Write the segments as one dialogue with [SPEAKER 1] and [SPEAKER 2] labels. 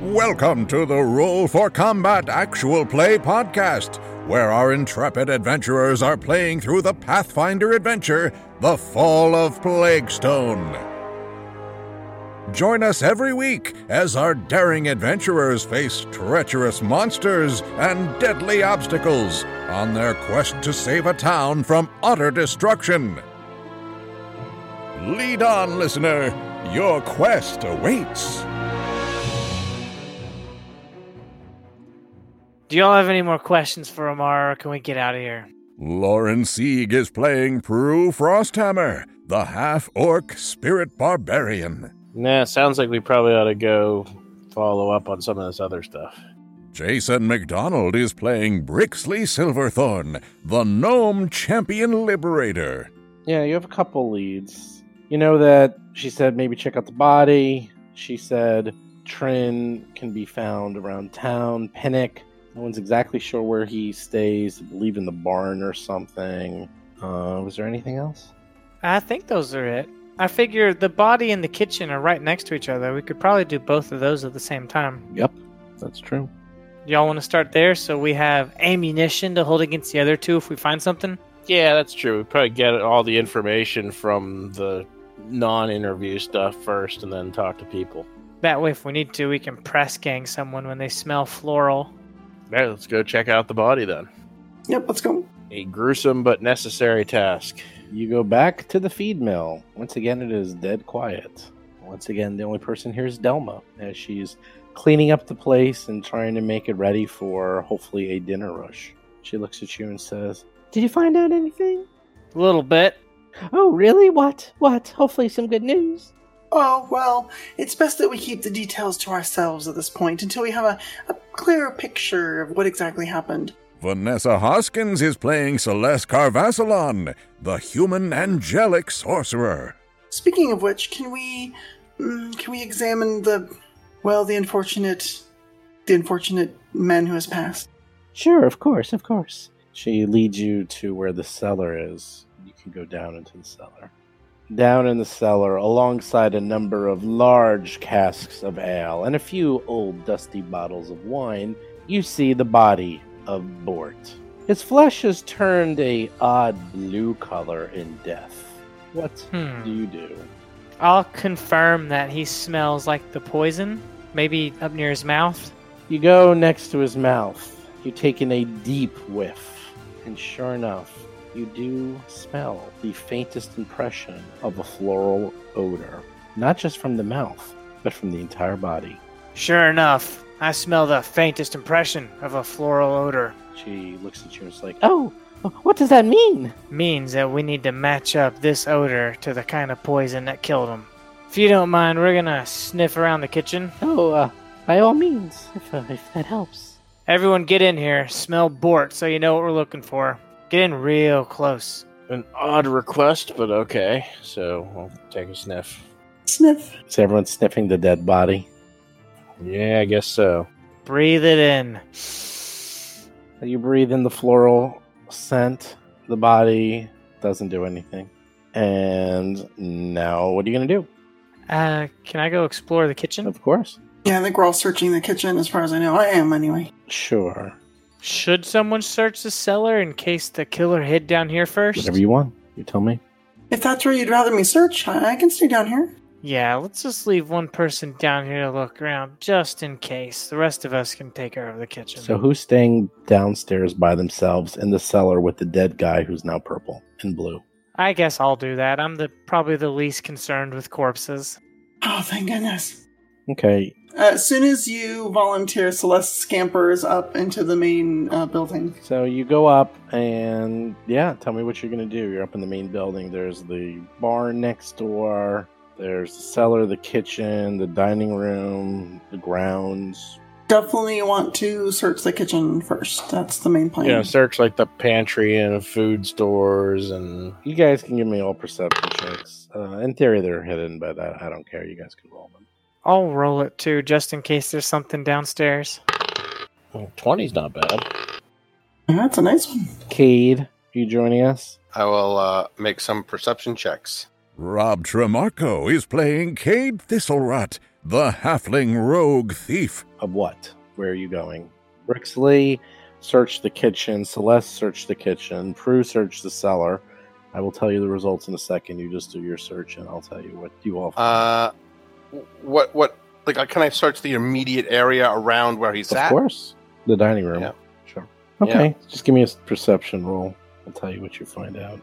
[SPEAKER 1] Welcome to the Rule for Combat Actual Play podcast, where our intrepid adventurers are playing through the Pathfinder adventure, The Fall of Plaguestone. Join us every week as our daring adventurers face treacherous monsters and deadly obstacles on their quest to save a town from utter destruction. Lead on, listener. Your quest awaits.
[SPEAKER 2] Do y'all have any more questions for Amar, or can we get out of here?
[SPEAKER 1] Lauren Sieg is playing Prue Frosthammer, the half orc spirit barbarian.
[SPEAKER 3] Nah, sounds like we probably ought to go follow up on some of this other stuff.
[SPEAKER 1] Jason McDonald is playing Brixley Silverthorn, the gnome champion liberator.
[SPEAKER 4] Yeah, you have a couple leads. You know that she said maybe check out the body. She said Trin can be found around town. Pinnock, no one's exactly sure where he stays. I believe in the barn or something. Uh, was there anything else?
[SPEAKER 2] I think those are it. I figure the body and the kitchen are right next to each other. We could probably do both of those at the same time.
[SPEAKER 4] Yep, that's true.
[SPEAKER 2] Y'all want to start there so we have ammunition to hold against the other two if we find something?
[SPEAKER 3] Yeah, that's true. We probably get all the information from the non-interview stuff first, and then talk to people.
[SPEAKER 2] That way, if we need to, we can press gang someone when they smell floral.
[SPEAKER 3] Now let's go check out the body then.
[SPEAKER 5] Yep, let's go.
[SPEAKER 3] A gruesome but necessary task.
[SPEAKER 4] You go back to the feed mill. Once again, it is dead quiet. Once again, the only person here is Delma, as she's cleaning up the place and trying to make it ready for hopefully a dinner rush. She looks at you and says,
[SPEAKER 6] Did you find out anything?
[SPEAKER 2] A little bit.
[SPEAKER 6] Oh, really? What? What? Hopefully, some good news.
[SPEAKER 5] Oh, well, it's best that we keep the details to ourselves at this point until we have a, a clearer picture of what exactly happened.
[SPEAKER 1] Vanessa Hoskins is playing Celeste Carvassalon, the human angelic sorcerer.
[SPEAKER 5] Speaking of which, can we mm, can we examine the well, the unfortunate the unfortunate man who has passed?
[SPEAKER 4] Sure, of course, of course. She leads you to where the cellar is. You can go down into the cellar. Down in the cellar, alongside a number of large casks of ale and a few old dusty bottles of wine, you see the body of Bort. His flesh has turned a odd blue color in death. What do
[SPEAKER 2] Hmm.
[SPEAKER 4] you do?
[SPEAKER 2] I'll confirm that he smells like the poison, maybe up near his mouth.
[SPEAKER 4] You go next to his mouth. You take in a deep whiff. And sure enough, you do smell the faintest impression of a floral odor. Not just from the mouth, but from the entire body.
[SPEAKER 2] Sure enough, I smell the faintest impression of a floral odor.
[SPEAKER 4] She looks at you and is like, oh,
[SPEAKER 6] Oh, what does that mean?
[SPEAKER 2] means that we need to match up this odor to the kind of poison that killed him. If you don't mind, we're gonna sniff around the kitchen.
[SPEAKER 6] Oh, uh, by all means, if, uh, if that helps.
[SPEAKER 2] Everyone get in here, smell Bort so you know what we're looking for. Get in real close.
[SPEAKER 3] An odd request, but okay. So I'll take a sniff.
[SPEAKER 5] Sniff.
[SPEAKER 4] is everyone sniffing the dead body?
[SPEAKER 3] Yeah, I guess so.
[SPEAKER 2] Breathe it in.
[SPEAKER 4] You breathe in the floral scent. The body doesn't do anything. And now what are you going to do?
[SPEAKER 2] Uh, can I go explore the kitchen?
[SPEAKER 4] Of course.
[SPEAKER 5] Yeah, I think we're all searching the kitchen as far as I know. I am anyway.
[SPEAKER 4] Sure.
[SPEAKER 2] Should someone search the cellar in case the killer hid down here first?
[SPEAKER 4] Whatever you want. You tell me.
[SPEAKER 5] If that's where you'd rather me search, I, I can stay down here.
[SPEAKER 2] Yeah, let's just leave one person down here to look around just in case. The rest of us can take care of the kitchen.
[SPEAKER 4] So who's staying downstairs by themselves in the cellar with the dead guy who's now purple and blue?
[SPEAKER 2] I guess I'll do that. I'm the probably the least concerned with corpses.
[SPEAKER 5] Oh, thank goodness.
[SPEAKER 4] Okay.
[SPEAKER 5] Uh, As soon as you volunteer, Celeste scampers up into the main uh, building.
[SPEAKER 4] So you go up and yeah, tell me what you're gonna do. You're up in the main building. There's the barn next door. There's the cellar, the kitchen, the dining room, the grounds.
[SPEAKER 5] Definitely want to search the kitchen first. That's the main plan.
[SPEAKER 3] You know, search like the pantry and food stores and
[SPEAKER 4] You guys can give me all perception checks. Uh, in theory, they're hidden, but I, I don't care. You guys can roll them.
[SPEAKER 2] I'll roll it too, just in case there's something downstairs.
[SPEAKER 3] well, 20's not bad.
[SPEAKER 5] Yeah, that's a nice one.
[SPEAKER 4] Cade, are you joining us?
[SPEAKER 7] I will uh, make some perception checks.
[SPEAKER 1] Rob Tremarco is playing Cade Thistlerot, the halfling rogue thief.
[SPEAKER 4] Of what? Where are you going? Brixley searched the kitchen. Celeste searched the kitchen. Prue searched the cellar. I will tell you the results in a second. You just do your search, and I'll tell you what you all.
[SPEAKER 7] Uh, what what like uh, can I search the immediate area around where he's
[SPEAKER 4] of
[SPEAKER 7] at?
[SPEAKER 4] course, the dining room.
[SPEAKER 7] Yeah.
[SPEAKER 4] Sure. Okay, just give me a s- perception roll. I'll tell you what you find out.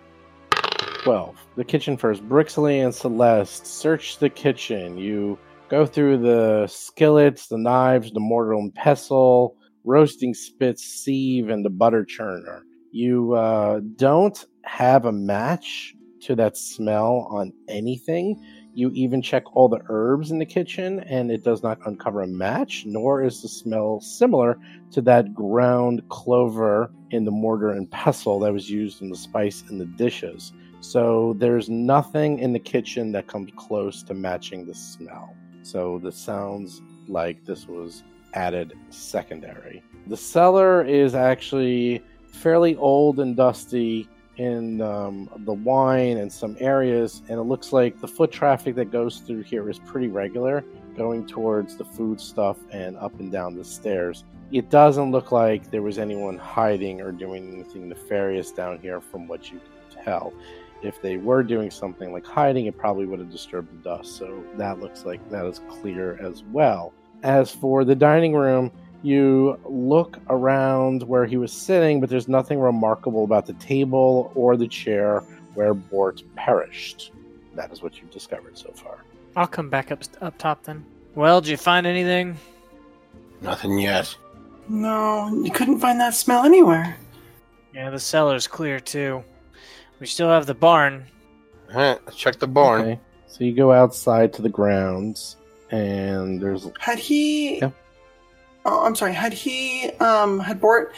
[SPEAKER 4] Twelve. The kitchen first. Brixley and Celeste search the kitchen. You go through the skillets, the knives, the mortar and pestle, roasting spits, sieve, and the butter churner. You uh, don't have a match to that smell on anything. You even check all the herbs in the kitchen, and it does not uncover a match, nor is the smell similar to that ground clover in the mortar and pestle that was used in the spice in the dishes. So there's nothing in the kitchen that comes close to matching the smell. So this sounds like this was added secondary. The cellar is actually fairly old and dusty in um, the wine and some areas, and it looks like the foot traffic that goes through here is pretty regular, going towards the food stuff and up and down the stairs. It doesn't look like there was anyone hiding or doing anything nefarious down here, from what you can tell. If they were doing something like hiding, it probably would have disturbed the dust, so that looks like that is clear as well. As for the dining room, you look around where he was sitting, but there's nothing remarkable about the table or the chair where Bort perished. That is what you've discovered so far.
[SPEAKER 2] I'll come back up up top then. Well, did you find anything?
[SPEAKER 7] Nothing yet.
[SPEAKER 5] No, you couldn't find that smell anywhere.
[SPEAKER 2] Yeah, the cellar's clear too. We still have the barn.
[SPEAKER 7] All right, let's check the barn.
[SPEAKER 4] Okay. So you go outside to the grounds, and there's
[SPEAKER 5] Had he?
[SPEAKER 4] Yeah.
[SPEAKER 5] Oh, I'm sorry. Had he? Um, had Bort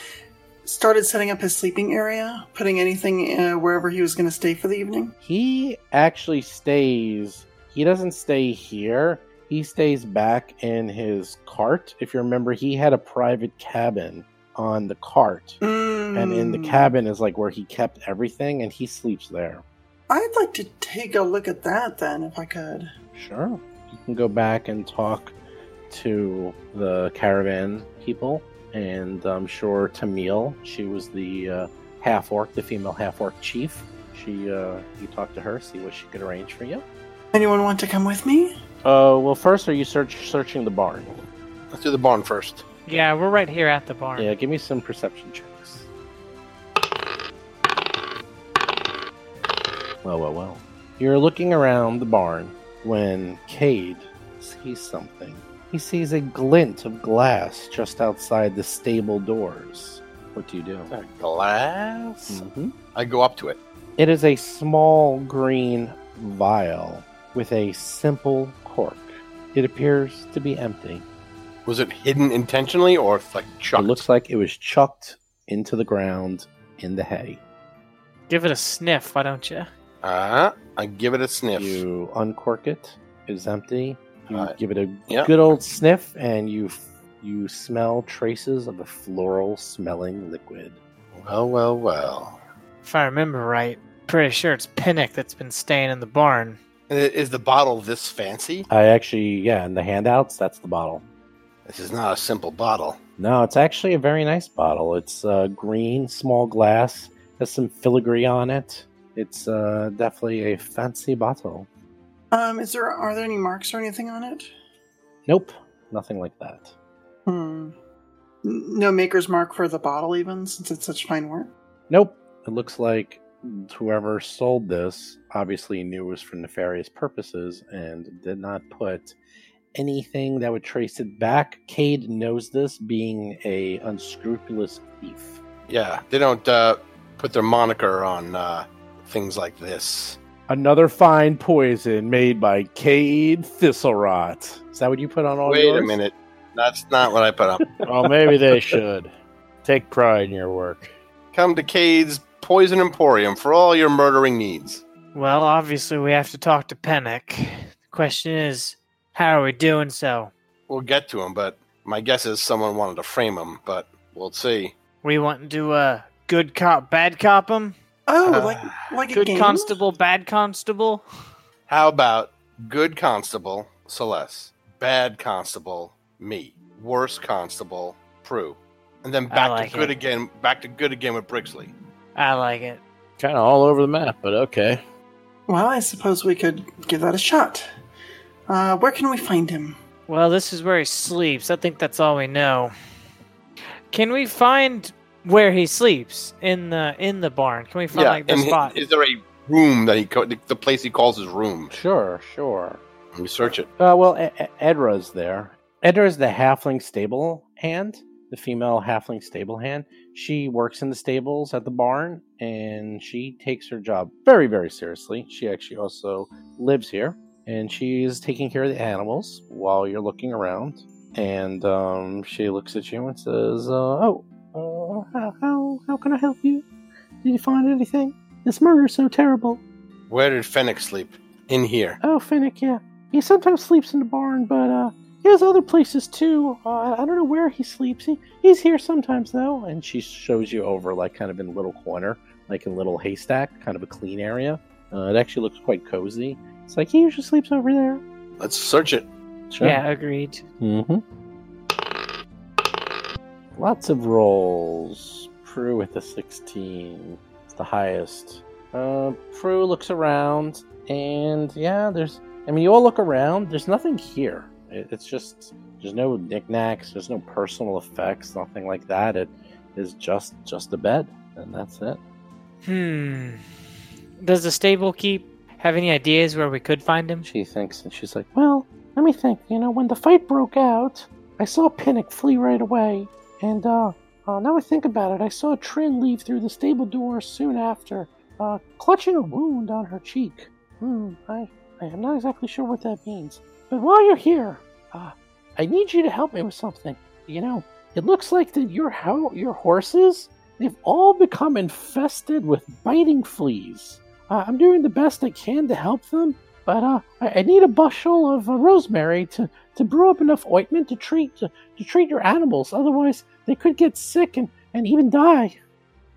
[SPEAKER 5] started setting up his sleeping area, putting anything uh, wherever he was going to stay for the evening?
[SPEAKER 4] he actually stays. He doesn't stay here. He stays back in his cart. If you remember, he had a private cabin on the cart,
[SPEAKER 5] Mm,
[SPEAKER 4] and in the cabin is like where he kept everything, and he sleeps there.
[SPEAKER 5] I'd like to take a look at that then, if I could.
[SPEAKER 4] Sure. You can go back and talk to the caravan people, and I'm sure Tamil, she was the uh, half orc, the female half orc chief. She, uh, you talk to her, see what she could arrange for you.
[SPEAKER 5] Anyone want to come with me?
[SPEAKER 4] Oh, well, first, are you search searching the barn?
[SPEAKER 7] Let's do the barn first.
[SPEAKER 2] Yeah, we're right here at the barn.
[SPEAKER 4] Yeah, give me some perception checks. Well, well, well. You're looking around the barn when Cade sees something. He sees a glint of glass just outside the stable doors. What do you do?
[SPEAKER 7] Uh, Glass.
[SPEAKER 4] Mhm.
[SPEAKER 7] I go up to it.
[SPEAKER 4] It is a small green vial with a simple cork. It appears to be empty.
[SPEAKER 7] Was it hidden intentionally or like chucked?
[SPEAKER 4] It looks like it was chucked into the ground in the hay.
[SPEAKER 2] Give it a sniff, why don't you?
[SPEAKER 7] Uh, I give it a sniff.
[SPEAKER 4] You uncork it. It is empty. You
[SPEAKER 7] Alright.
[SPEAKER 4] give it a
[SPEAKER 7] Yeah.
[SPEAKER 4] good old sniff, and you f- you smell traces of a floral smelling liquid.
[SPEAKER 7] Well, well, well.
[SPEAKER 2] If I remember right, pretty sure it's Pinnock that's been staying in the barn.
[SPEAKER 7] I- Is the bottle this fancy?
[SPEAKER 4] I actually, yeah, in the handouts, that's the bottle.
[SPEAKER 7] This is not a simple bottle.
[SPEAKER 4] No, it's actually a very nice bottle. It's uh, green, small glass, has some filigree on it. It's uh, definitely a fancy bottle.
[SPEAKER 5] Um, is there are there any marks or anything on it?
[SPEAKER 4] Nope, nothing like that.
[SPEAKER 5] Hmm. N- No maker's mark for the bottle, even since it's such fine work.
[SPEAKER 4] Nope. Hmm. It looks like whoever sold this obviously knew it was for nefarious purposes and did not put anything that would trace it back. Cade knows this being a unscrupulous thief.
[SPEAKER 7] Yeah, they don't uh, put their moniker on uh, things like this.
[SPEAKER 4] Another fine poison made by Cade Thistlerot. Is that what you put on all
[SPEAKER 7] Wait
[SPEAKER 4] yours?
[SPEAKER 7] a minute. That's not what I put up.
[SPEAKER 3] Well, maybe they should. Take pride in your work.
[SPEAKER 7] Come to Cade's Poison Emporium for all your murdering needs.
[SPEAKER 2] Well, obviously we have to talk to Pinnock. The question is, how are we doing so?
[SPEAKER 7] We'll get to him, but my guess is someone wanted to frame him, but we'll see.
[SPEAKER 2] We want to uh, good cop, bad cop him?
[SPEAKER 5] Oh,
[SPEAKER 7] Uh,
[SPEAKER 5] like like a
[SPEAKER 2] Good
[SPEAKER 5] game?
[SPEAKER 2] constable, bad constable?
[SPEAKER 7] How about good constable Celeste, bad constable, me. Worse constable, Prue. And then
[SPEAKER 2] I
[SPEAKER 7] back
[SPEAKER 2] like
[SPEAKER 7] to good
[SPEAKER 2] it.
[SPEAKER 7] again, back to good again with Brixley.
[SPEAKER 2] I like it.
[SPEAKER 3] Kind of all over the map, but okay.
[SPEAKER 5] Well, I suppose we could give that a shot. Uh, where can we find him?
[SPEAKER 2] Well, this is where he sleeps. I think that's all we know. Can we find where he sleeps in the in the barn? Can we find like the
[SPEAKER 7] and
[SPEAKER 2] spot?
[SPEAKER 7] Is there a room that he co- the, the place he calls his room?
[SPEAKER 4] Sure, sure.
[SPEAKER 7] Let me search it.
[SPEAKER 4] Uh, well, E- E- Edra's there. Edra's the halfling stable hand, the female halfling stable hand. She works in the stables at the barn, and she takes her job very, very seriously. She actually also lives here, and she is taking care of the animals while you're looking around. And um, she looks at you and says, uh, "Oh,
[SPEAKER 6] Uh, how, how, how can I help you? Did you find anything? This murder's so terrible.
[SPEAKER 7] Where did Fennec sleep? In here.
[SPEAKER 6] Oh, Finnick, yeah. He sometimes sleeps in the barn, but uh, he has other places too. Uh, I don't know where he sleeps. He, he's here sometimes, though.
[SPEAKER 4] and she shows you over like kind of in a little corner like a little haystack kind of a clean area uh, it actually looks quite cozy
[SPEAKER 6] It's like he usually sleeps over there.
[SPEAKER 7] Let's search it.
[SPEAKER 4] sure
[SPEAKER 2] Yeah, agreed.
[SPEAKER 4] mm-hmm. lots of rolls prue with a 16 it's the highest uh, prue looks around and yeah there's i mean you all look around there's nothing here it, it's just there's no knickknacks there's no personal effects nothing like that it is just just a bed and that's it
[SPEAKER 2] Hmm. Does the stable keep have any ideas where we could find him?
[SPEAKER 4] She thinks, and she's like,
[SPEAKER 6] Well, let me think. You know, when the fight broke out, I saw Pinnock flee right away. And uh, uh, now I think about it, I saw Trin leave through the stable door soon after, uh, clutching a wound on her cheek. Hmm, I, I am not exactly sure what that means. But while you're here, uh, I need you to help me with something. You know, it looks like that your ho- your horses they've all become infested with biting fleas. Uh, I'm doing the best I can to help them, but uh, I, I need a bushel of uh, rosemary to, to brew up enough ointment to treat to, to treat your animals. Otherwise, they could get sick and, and even die.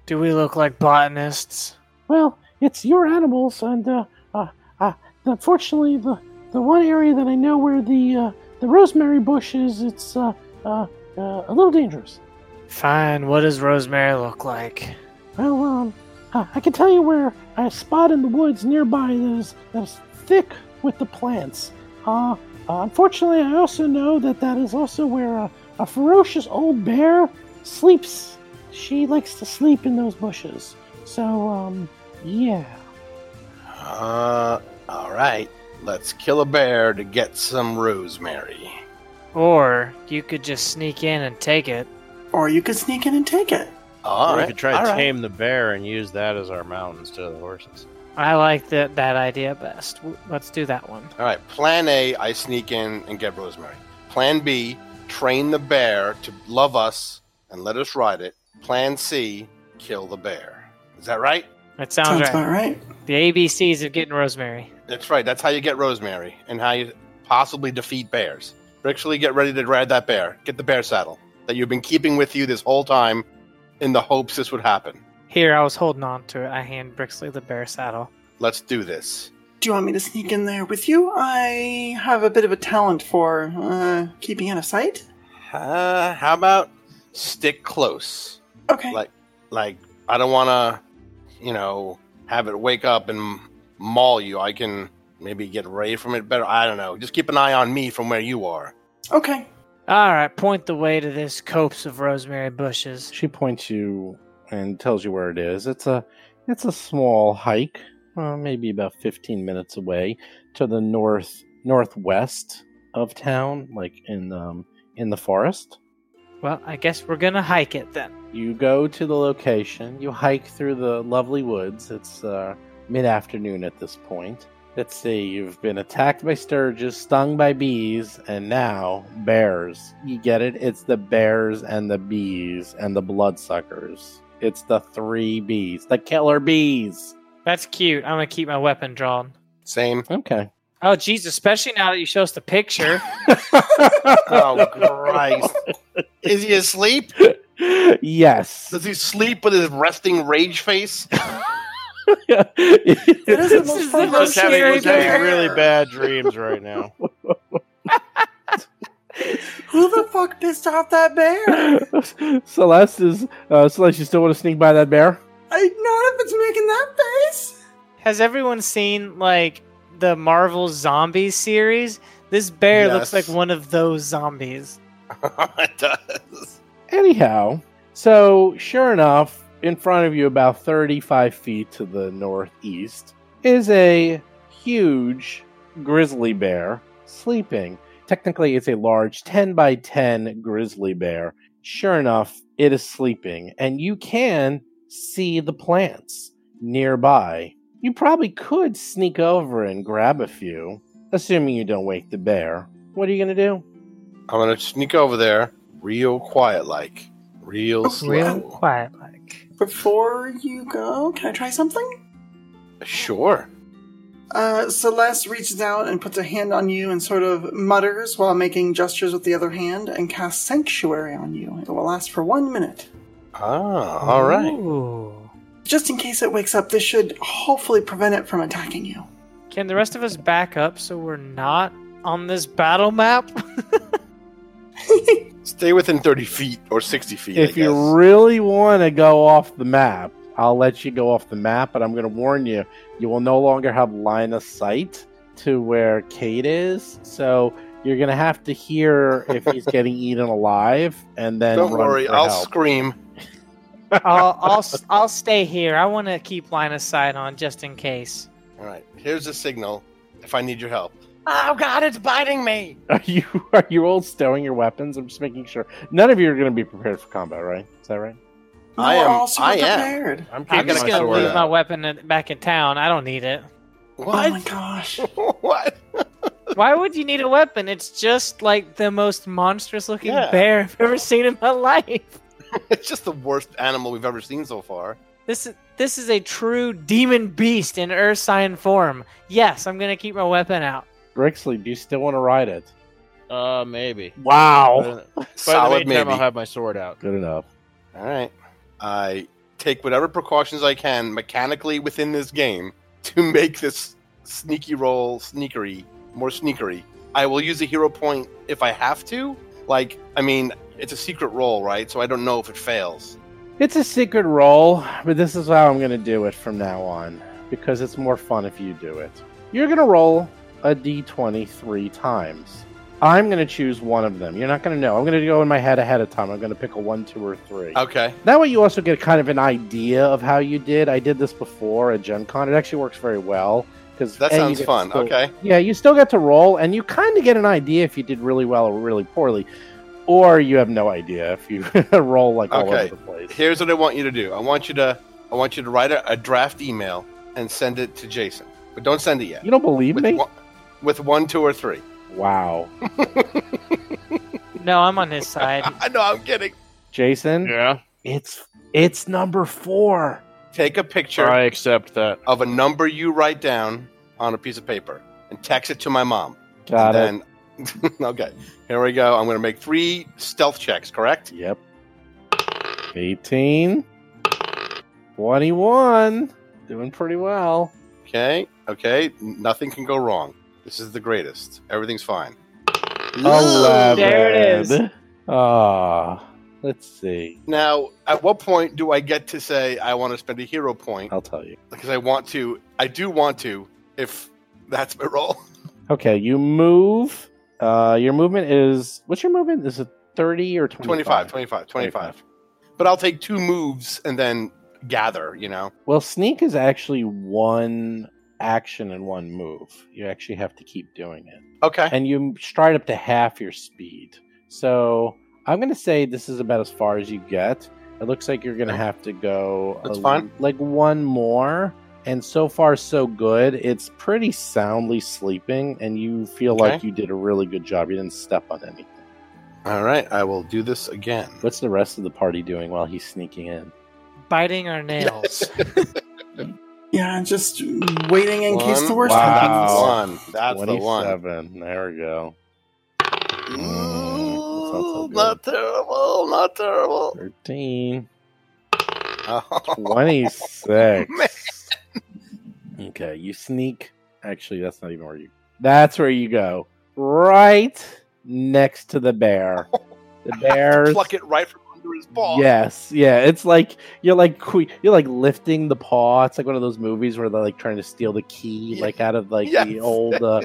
[SPEAKER 2] Do we look like botanists?
[SPEAKER 6] Well, it's your animals, and uh, uh, uh, unfortunately, the the one area that I know where the uh, the rosemary bush is, it's uh, uh, uh, a little dangerous.
[SPEAKER 2] Fine. What does Rosemary look like?
[SPEAKER 6] Well, um, uh, I can tell you where a spot in the woods nearby that is, that is thick with the plants. Uh, uh, unfortunately, I also know that that is also where a, a ferocious old bear sleeps. She likes to sleep in those bushes. So, um, yeah.
[SPEAKER 7] Uh, all right. Let's kill a bear to get some rosemary.
[SPEAKER 2] Or you could just sneak in and take it.
[SPEAKER 5] Or you could sneak in and take it.
[SPEAKER 7] All
[SPEAKER 3] or
[SPEAKER 7] right.
[SPEAKER 3] we could try
[SPEAKER 7] all
[SPEAKER 3] to
[SPEAKER 7] right.
[SPEAKER 3] tame the bear and use that as our mountain instead of the horses.
[SPEAKER 2] I like that that idea best. W- Let's do that one.
[SPEAKER 7] All right. Plan A, I sneak in and get rosemary. Plan B, train the bear to love us and let us ride it. Plan C, kill the bear. Is that right?
[SPEAKER 2] That sounds,
[SPEAKER 5] Sounds
[SPEAKER 2] right.
[SPEAKER 5] about right.
[SPEAKER 2] The ABCs of getting Rosemary.
[SPEAKER 7] That's right. That's how you get rosemary and how you possibly defeat bears. Brixley, get ready to ride that bear. Get the bear saddle that you've been keeping with you this whole time in the hopes this would happen.
[SPEAKER 2] Here, I was holding on to it. I hand Brixley the bear saddle.
[SPEAKER 7] Let's do this.
[SPEAKER 5] Do you want me to sneak in there with you? I have a bit of a talent for uh, keeping out of sight.
[SPEAKER 7] Uh, how about stick close?
[SPEAKER 5] Okay.
[SPEAKER 7] Like- Like, I don't want to, you know, have it wake up and maul you. I can maybe get away from it better. I don't know. Just keep an eye on me from where you are.
[SPEAKER 5] okay.
[SPEAKER 2] All right, point the way to this copse of rosemary bushes.
[SPEAKER 4] She points you and tells you where it is. It's a it's a small hike, uh, maybe about fifteen minutes away to the north northwest of town, like in um, in the forest.
[SPEAKER 2] Well, I guess we're gonna hike it then.
[SPEAKER 4] You go to the location. You hike through the lovely woods. It's uh, mid afternoon at this point. Let's see. You've been attacked by sturges, stung by bees, and now bears. You get it? It's the bears and the bees and the bloodsuckers. It's the three bees, the killer bees.
[SPEAKER 2] That's cute. I'm gonna keep my weapon drawn.
[SPEAKER 7] Same.
[SPEAKER 4] Okay.
[SPEAKER 2] Oh, jeez, especially now that you show us the picture.
[SPEAKER 7] Oh, Christ. Is he asleep?
[SPEAKER 4] yes.
[SPEAKER 7] Does he sleep with his resting rage face?
[SPEAKER 5] It is the
[SPEAKER 2] This
[SPEAKER 5] most
[SPEAKER 2] is
[SPEAKER 5] fun
[SPEAKER 2] the most
[SPEAKER 5] rosemary
[SPEAKER 2] scary
[SPEAKER 3] He's having
[SPEAKER 5] bear.
[SPEAKER 3] really bad dreams right now.
[SPEAKER 5] Who the fuck pissed off that bear?
[SPEAKER 4] Celeste is uh, Celeste. You still want to sneak by that bear?
[SPEAKER 5] I not if it's making that face.
[SPEAKER 2] Has everyone seen like the Marvel Zombies series? This bear looks
[SPEAKER 7] Yes.
[SPEAKER 2] like one of those zombies.
[SPEAKER 7] it does.
[SPEAKER 4] Anyhow, so sure enough, in front of you, about 35 feet to the northeast, is a huge grizzly bear sleeping. Technically, it's a large 10 by 10 grizzly bear. Sure enough, it is sleeping, and you can see the plants nearby. You probably could sneak over and grab a few, assuming you don't wake the bear. What are you going to do?
[SPEAKER 7] I'm gonna sneak over there, real quiet like, real slow.
[SPEAKER 2] Real quiet like.
[SPEAKER 5] Before you go, can I try something?
[SPEAKER 7] Sure.
[SPEAKER 5] Uh, Celeste reaches out and puts a hand on you and sort of mutters while making gestures with the other hand and casts Sanctuary on you. It will last for one minute.
[SPEAKER 7] Ah, all right.
[SPEAKER 2] Ooh.
[SPEAKER 5] Just in case it wakes up, this should hopefully prevent it from attacking you.
[SPEAKER 2] Can the rest of us back up so we're not on this battle map?
[SPEAKER 7] Stay within 30 feet or 60 feet. I
[SPEAKER 4] if you
[SPEAKER 7] guess.
[SPEAKER 4] really want to go off the map, I'll let you go off the map, but I'm going to warn you, you will no longer have line of sight to where Kate is. So you're going to have to hear if he's getting eaten alive and then
[SPEAKER 7] Don't
[SPEAKER 4] run
[SPEAKER 7] worry,
[SPEAKER 4] for
[SPEAKER 7] I'll
[SPEAKER 4] help.
[SPEAKER 7] scream.
[SPEAKER 2] I'll, I'll s- I'll stay here. I want to keep line of sight on just in case.
[SPEAKER 7] All right. Here's a signal if I need your help. Oh God, it's biting me.
[SPEAKER 4] Are you are you all stowing your weapons? I'm just making sure. None of you are going to be prepared for combat, right? Is that right?
[SPEAKER 7] I
[SPEAKER 5] We're
[SPEAKER 7] am-
[SPEAKER 5] all super
[SPEAKER 7] I am.
[SPEAKER 5] prepared.
[SPEAKER 7] I'm
[SPEAKER 2] I'm
[SPEAKER 7] taking
[SPEAKER 2] just
[SPEAKER 7] my
[SPEAKER 2] gonna
[SPEAKER 7] sword.
[SPEAKER 2] leave my
[SPEAKER 7] out.
[SPEAKER 2] weapon in- back in town. I don't need it.
[SPEAKER 5] Oh my
[SPEAKER 7] What?
[SPEAKER 5] gosh.
[SPEAKER 7] what?
[SPEAKER 2] Why would you need a weapon? It's just like the most monstrous looking
[SPEAKER 7] Yeah.
[SPEAKER 2] bear I've ever seen in my life.
[SPEAKER 7] It's just the worst animal we've ever seen so far.
[SPEAKER 2] This is this is a true demon beast in Ursine form. Yes, I'm gonna keep my weapon out.
[SPEAKER 4] Grixley, do you still want to ride it?
[SPEAKER 3] Uh, maybe.
[SPEAKER 4] Wow.
[SPEAKER 3] But
[SPEAKER 7] Solid
[SPEAKER 3] in the meantime,
[SPEAKER 7] maybe.
[SPEAKER 3] I'll have my sword out.
[SPEAKER 4] Good enough.
[SPEAKER 7] All right. I take whatever precautions I can mechanically within this game to make this sneaky roll sneakery, more sneakery. I will use a hero point if I have to. Like, I mean, it's a secret roll, right? So I don't know if it fails.
[SPEAKER 4] It's a secret roll, but this is how I'm going to do it from now on because it's more fun if you do it. You're going to roll a d20 three times. I'm going to choose one of them. You're not going to know. I'm going to go in my head ahead of time. I'm going to pick a one, two, or three.
[SPEAKER 7] Okay.
[SPEAKER 4] That way, you also get kind of an idea of how you did. I did this before at Gen Con. It actually works very well because
[SPEAKER 7] That sounds fun. Okay.
[SPEAKER 4] yeah, you still get to roll, and you kind of get an idea if you did really well or really poorly, or you have no idea if you roll like all
[SPEAKER 7] Okay.
[SPEAKER 4] over the place.
[SPEAKER 7] Here's what I want you to do. I want you to I want you to write a, a draft email and send it to Jason. But don't send it yet.
[SPEAKER 4] You don't believe
[SPEAKER 7] With
[SPEAKER 4] me?
[SPEAKER 7] one, with one, two, or three.
[SPEAKER 4] Wow.
[SPEAKER 2] No, I'm on his side.
[SPEAKER 7] I know I'm kidding.
[SPEAKER 4] Jason,
[SPEAKER 3] Yeah,
[SPEAKER 4] it's it's number 4.
[SPEAKER 7] Take a picture
[SPEAKER 3] I accept that.
[SPEAKER 7] of a number you write down on a piece of paper and text it to my mom.
[SPEAKER 4] Got it.
[SPEAKER 7] and then, okay, here we go. I'm going to make three stealth checks, correct?
[SPEAKER 4] Yep. 18 21 doing pretty well.
[SPEAKER 7] Okay, okay. Nothing can go wrong. This is the greatest. Everything's fine.
[SPEAKER 4] 11.
[SPEAKER 2] There it is.
[SPEAKER 4] Ah, let's see.
[SPEAKER 7] Now, at what point do I get to say I want to spend a hero point?
[SPEAKER 4] I'll tell you.
[SPEAKER 7] Because I want to, I do want to, if that's my role.
[SPEAKER 4] Okay, you move. Uh your movement is what's your movement? Is it 30 or 25?
[SPEAKER 7] 25, 25, 25. But I'll take two moves and then gather, you know?
[SPEAKER 4] Well, sneak is actually one action and one move. You actually have to keep doing it.
[SPEAKER 7] Okay.
[SPEAKER 4] and you stride up to half your speed. So I'm going to say this is about as far as you get. It looks like you're going to have to go
[SPEAKER 7] That's
[SPEAKER 4] a-
[SPEAKER 7] fine.
[SPEAKER 4] like one more. And so far, so good. It's pretty soundly sleeping, and you feel like
[SPEAKER 7] Okay.
[SPEAKER 4] you did a really good job. You didn't step on anything.
[SPEAKER 7] All right. I will do this again.
[SPEAKER 4] What's the rest of the party doing while he's sneaking in?
[SPEAKER 2] Biting our nails.
[SPEAKER 5] Yeah, I'm just waiting in case the worst
[SPEAKER 4] Wow.
[SPEAKER 5] happens.
[SPEAKER 7] That's the one. That's the one.
[SPEAKER 4] 27. There we go. Mm, that's not so
[SPEAKER 7] Ooh,
[SPEAKER 4] good.
[SPEAKER 7] not terrible. Not terrible.
[SPEAKER 4] 13.
[SPEAKER 7] Oh,
[SPEAKER 4] 26.
[SPEAKER 7] man.
[SPEAKER 4] Okay, you sneak. Actually, that's not even where you. That's where you go. Right next to the bear. The bear's
[SPEAKER 7] Pluck it right from under his paw.
[SPEAKER 4] Yes, yeah. It's like you're like que- you're like lifting the paw. It's like one of those movies where they're like trying to steal the key,
[SPEAKER 7] Yeah.
[SPEAKER 4] like out of like the
[SPEAKER 7] Yes.
[SPEAKER 4] old, uh,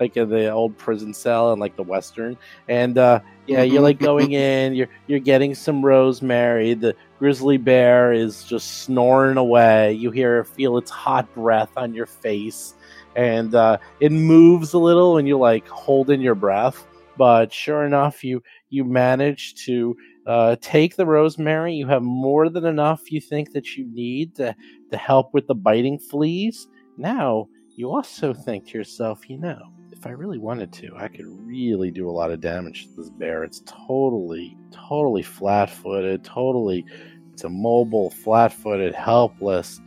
[SPEAKER 4] like uh, the old prison cell and like the western. And uh, yeah, you're like going in. You're you're getting some rosemary. The grizzly bear is just snoring away. You hear feel its hot breath on your face, and uh, it moves a little, and you're like holding your breath. But sure enough, you you manage to uh, take the rosemary. You have more than enough you think that you need to, to help with the biting fleas. Now, you also think to yourself, you know, if I really wanted to, I could really do a lot of damage to this bear. It's totally, totally flat footed, totally, it's immobile, flat footed, helpless.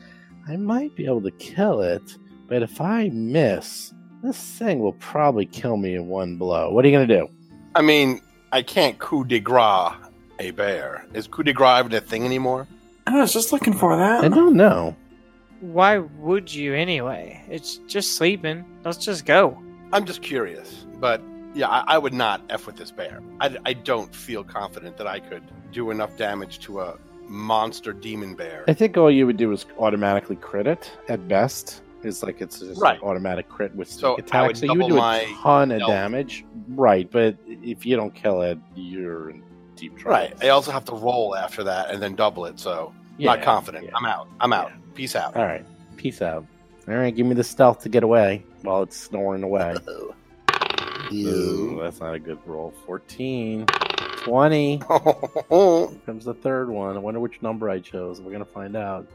[SPEAKER 4] I might be able to kill it, but if I miss, this thing will probably kill me in one blow. What are you going to do?
[SPEAKER 7] I mean, I can't coup de grace a bear. Is coup de grace even a thing anymore?
[SPEAKER 5] I was just looking for that.
[SPEAKER 4] I don't know.
[SPEAKER 2] Why would you anyway? It's just sleeping. Let's just go.
[SPEAKER 7] I'm just curious, but yeah, I, I would not f with this bear. I, I don't feel confident that I could do enough damage to a monster demon bear.
[SPEAKER 4] I think all you would do is automatically crit it at best. It's like it's just
[SPEAKER 7] Right.
[SPEAKER 4] an automatic crit with sneak
[SPEAKER 7] So I
[SPEAKER 4] attack.
[SPEAKER 7] would
[SPEAKER 4] So you would
[SPEAKER 7] double
[SPEAKER 4] do a
[SPEAKER 7] my
[SPEAKER 4] ton of
[SPEAKER 7] health.
[SPEAKER 4] damage, right? But if you don't kill it, you're in deep trouble.
[SPEAKER 7] Right. I also have to roll after that and then double it. So not
[SPEAKER 4] Yeah,
[SPEAKER 7] confident.
[SPEAKER 4] yeah.
[SPEAKER 7] I'm out. I'm out. Peace out.
[SPEAKER 4] All right. Peace out. All right. Give me the stealth to get away while it's snoring away. Ooh, that's not a good roll. 14. 20. Here comes the third one. I wonder which number I chose. We're going to find out.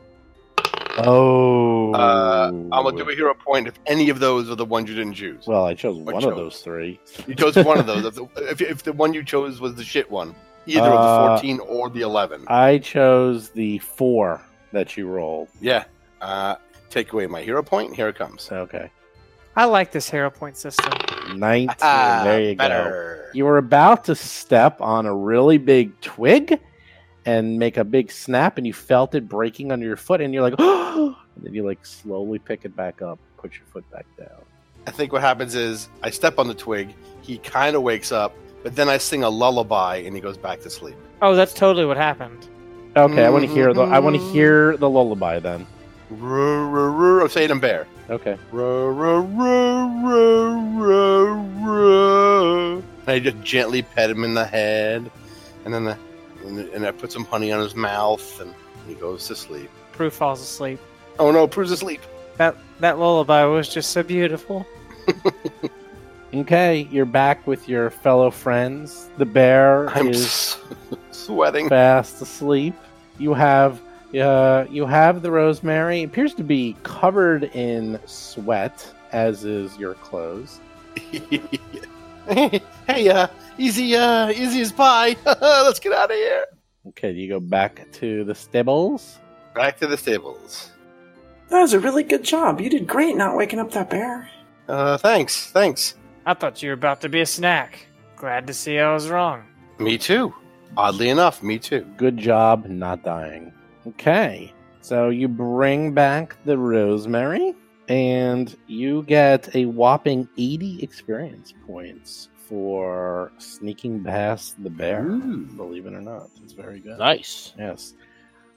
[SPEAKER 4] Oh.
[SPEAKER 7] Uh, I'm gonna do a hero point if any of those are the ones you didn't choose.
[SPEAKER 4] Well, I chose
[SPEAKER 7] I
[SPEAKER 4] one of
[SPEAKER 7] chose.
[SPEAKER 4] those three.
[SPEAKER 7] You chose one of those. If the, if, if the one you chose was the shit one, either of
[SPEAKER 4] Uh,
[SPEAKER 7] the 14 or the 11.
[SPEAKER 4] I chose the four that you rolled.
[SPEAKER 7] yeah. Uh, take away my hero point. Here it comes.
[SPEAKER 4] Okay.
[SPEAKER 2] I like this hero point system.
[SPEAKER 4] 19.
[SPEAKER 7] Ah,
[SPEAKER 4] there you go.
[SPEAKER 7] better.
[SPEAKER 4] You were about to step on a really big twig and make a big snap, and you felt it breaking under your foot, and you're like, oh! And then you like slowly pick it back up, put your foot back down.
[SPEAKER 7] I think what happens is I step on the twig. He kind of wakes up, but then I sing a lullaby and he goes back to sleep.
[SPEAKER 2] Oh, that's totally what happened.
[SPEAKER 4] Okay, I want to hear the I want to hear the lullaby then.
[SPEAKER 7] Roo, roo, roo. Oh, say it in bear.
[SPEAKER 4] Okay.
[SPEAKER 7] Roo, roo, roo, roo, roo, roo. And I just gently pet him in the head, and then the, and, and I put some honey on his mouth, and he goes to sleep.
[SPEAKER 2] Prue falls asleep.
[SPEAKER 7] Oh no, Prue's asleep.
[SPEAKER 2] That that lullaby was just so beautiful.
[SPEAKER 4] Okay, you're back with your fellow friends. The bear
[SPEAKER 7] I'm
[SPEAKER 4] is
[SPEAKER 7] s- sweating.
[SPEAKER 4] fast asleep. You have uh, you have the rosemary. It appears to be covered in sweat, as is your clothes.
[SPEAKER 7] hey, uh, easy, uh, easy as pie. Let's get out of here.
[SPEAKER 4] Okay, you go back to the stables.
[SPEAKER 7] Back to the stables.
[SPEAKER 5] That was a really good job. You did great not waking up that bear.
[SPEAKER 7] Uh, thanks, thanks.
[SPEAKER 2] I thought you were about to be a snack. Glad to see I was wrong.
[SPEAKER 7] Me too. Oddly enough, me too.
[SPEAKER 4] Good job not dying. Okay, so you bring back the rosemary, and you get a whopping eighty experience points for sneaking past the bear. Believe it or not, it's very good.
[SPEAKER 3] Nice.
[SPEAKER 4] Yes.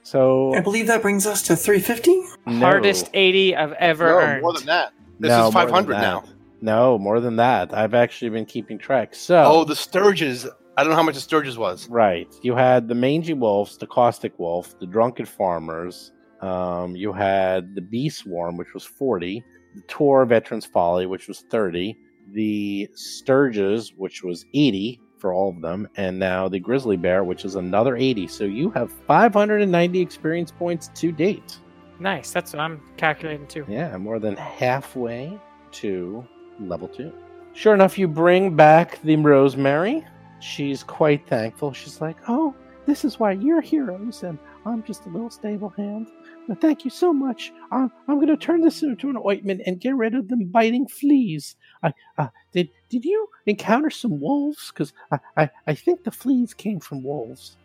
[SPEAKER 4] So
[SPEAKER 5] I believe that brings us to 350.
[SPEAKER 4] no.
[SPEAKER 2] Hardest 80 I've ever
[SPEAKER 7] no,
[SPEAKER 2] earned.
[SPEAKER 7] more than that. This
[SPEAKER 4] No,
[SPEAKER 7] is
[SPEAKER 4] more than
[SPEAKER 7] 500
[SPEAKER 4] that.
[SPEAKER 7] now.
[SPEAKER 4] No, more than that. I've actually been keeping track. So,
[SPEAKER 7] Oh, the Sturges. I don't know how much the Sturges was.
[SPEAKER 4] right. You had the mangy wolves, the caustic wolf, the drunken farmers. Um, you had the bee swarm, which was 40, the tour veterans folly, which was 30, the sturges, which was 80 for all of them, and now the grizzly bear, which is another 80. So you have 590 experience points to date.
[SPEAKER 2] Nice. That's what I'm calculating too.
[SPEAKER 4] Yeah, more than halfway to level two. Sure enough, you bring back the rosemary. She's quite thankful. She's like, Oh, this is why you're heroes, and I'm just a little stable hand. But thank you so much. I'm, I'm going to turn this into an ointment and get rid of them biting fleas. I, uh, did, did you encounter some wolves? Because I, I, I think the fleas came from wolves.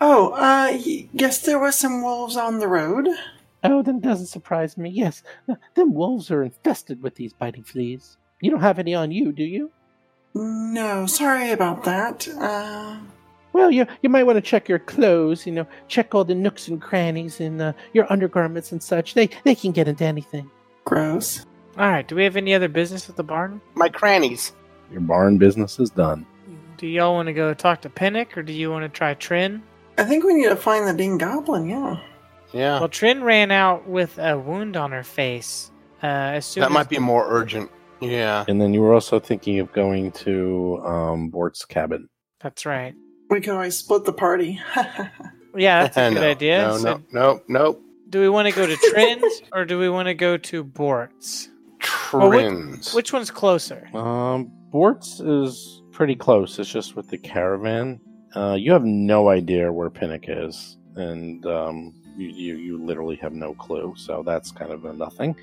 [SPEAKER 5] Oh, uh, y- yes, there were some wolves on the road.
[SPEAKER 4] Oh, then it doesn't surprise me. Yes, th- them wolves are infested with these biting fleas. You don't have any on you, do you?
[SPEAKER 5] No, sorry about that. Uh,
[SPEAKER 6] Well, you you might want to check your clothes. You know, check all the nooks and crannies and uh, your undergarments and such. They they can get into anything.
[SPEAKER 5] gross.
[SPEAKER 2] All right. Do we have any other business at the barn?
[SPEAKER 7] My crannies.
[SPEAKER 4] Your barn business is done.
[SPEAKER 2] Do y'all want to go talk to Pinnock or do you want to try Trin?
[SPEAKER 5] I think we need to find the Ding Goblin, yeah.
[SPEAKER 7] Yeah.
[SPEAKER 2] Well, Trin ran out with a wound on her face. Uh, as soon
[SPEAKER 7] That
[SPEAKER 2] as-
[SPEAKER 7] might be more urgent. Yeah.
[SPEAKER 4] And then you were also thinking of going to um, Bort's cabin.
[SPEAKER 2] That's right.
[SPEAKER 5] We could always split the party.
[SPEAKER 2] Yeah, that's a good
[SPEAKER 7] No,
[SPEAKER 2] idea.
[SPEAKER 7] No,
[SPEAKER 2] So
[SPEAKER 7] no, no, no.
[SPEAKER 2] Do we want to go to Trin's or do we want to go to Bort's? Well, which-
[SPEAKER 7] Trins.
[SPEAKER 2] Which one's closer?
[SPEAKER 4] Um, Bort's is pretty close. It's just with the caravan. Uh, you have no idea where Pinnock is, and um, you, you you literally have no clue. So that's kind of a nothing.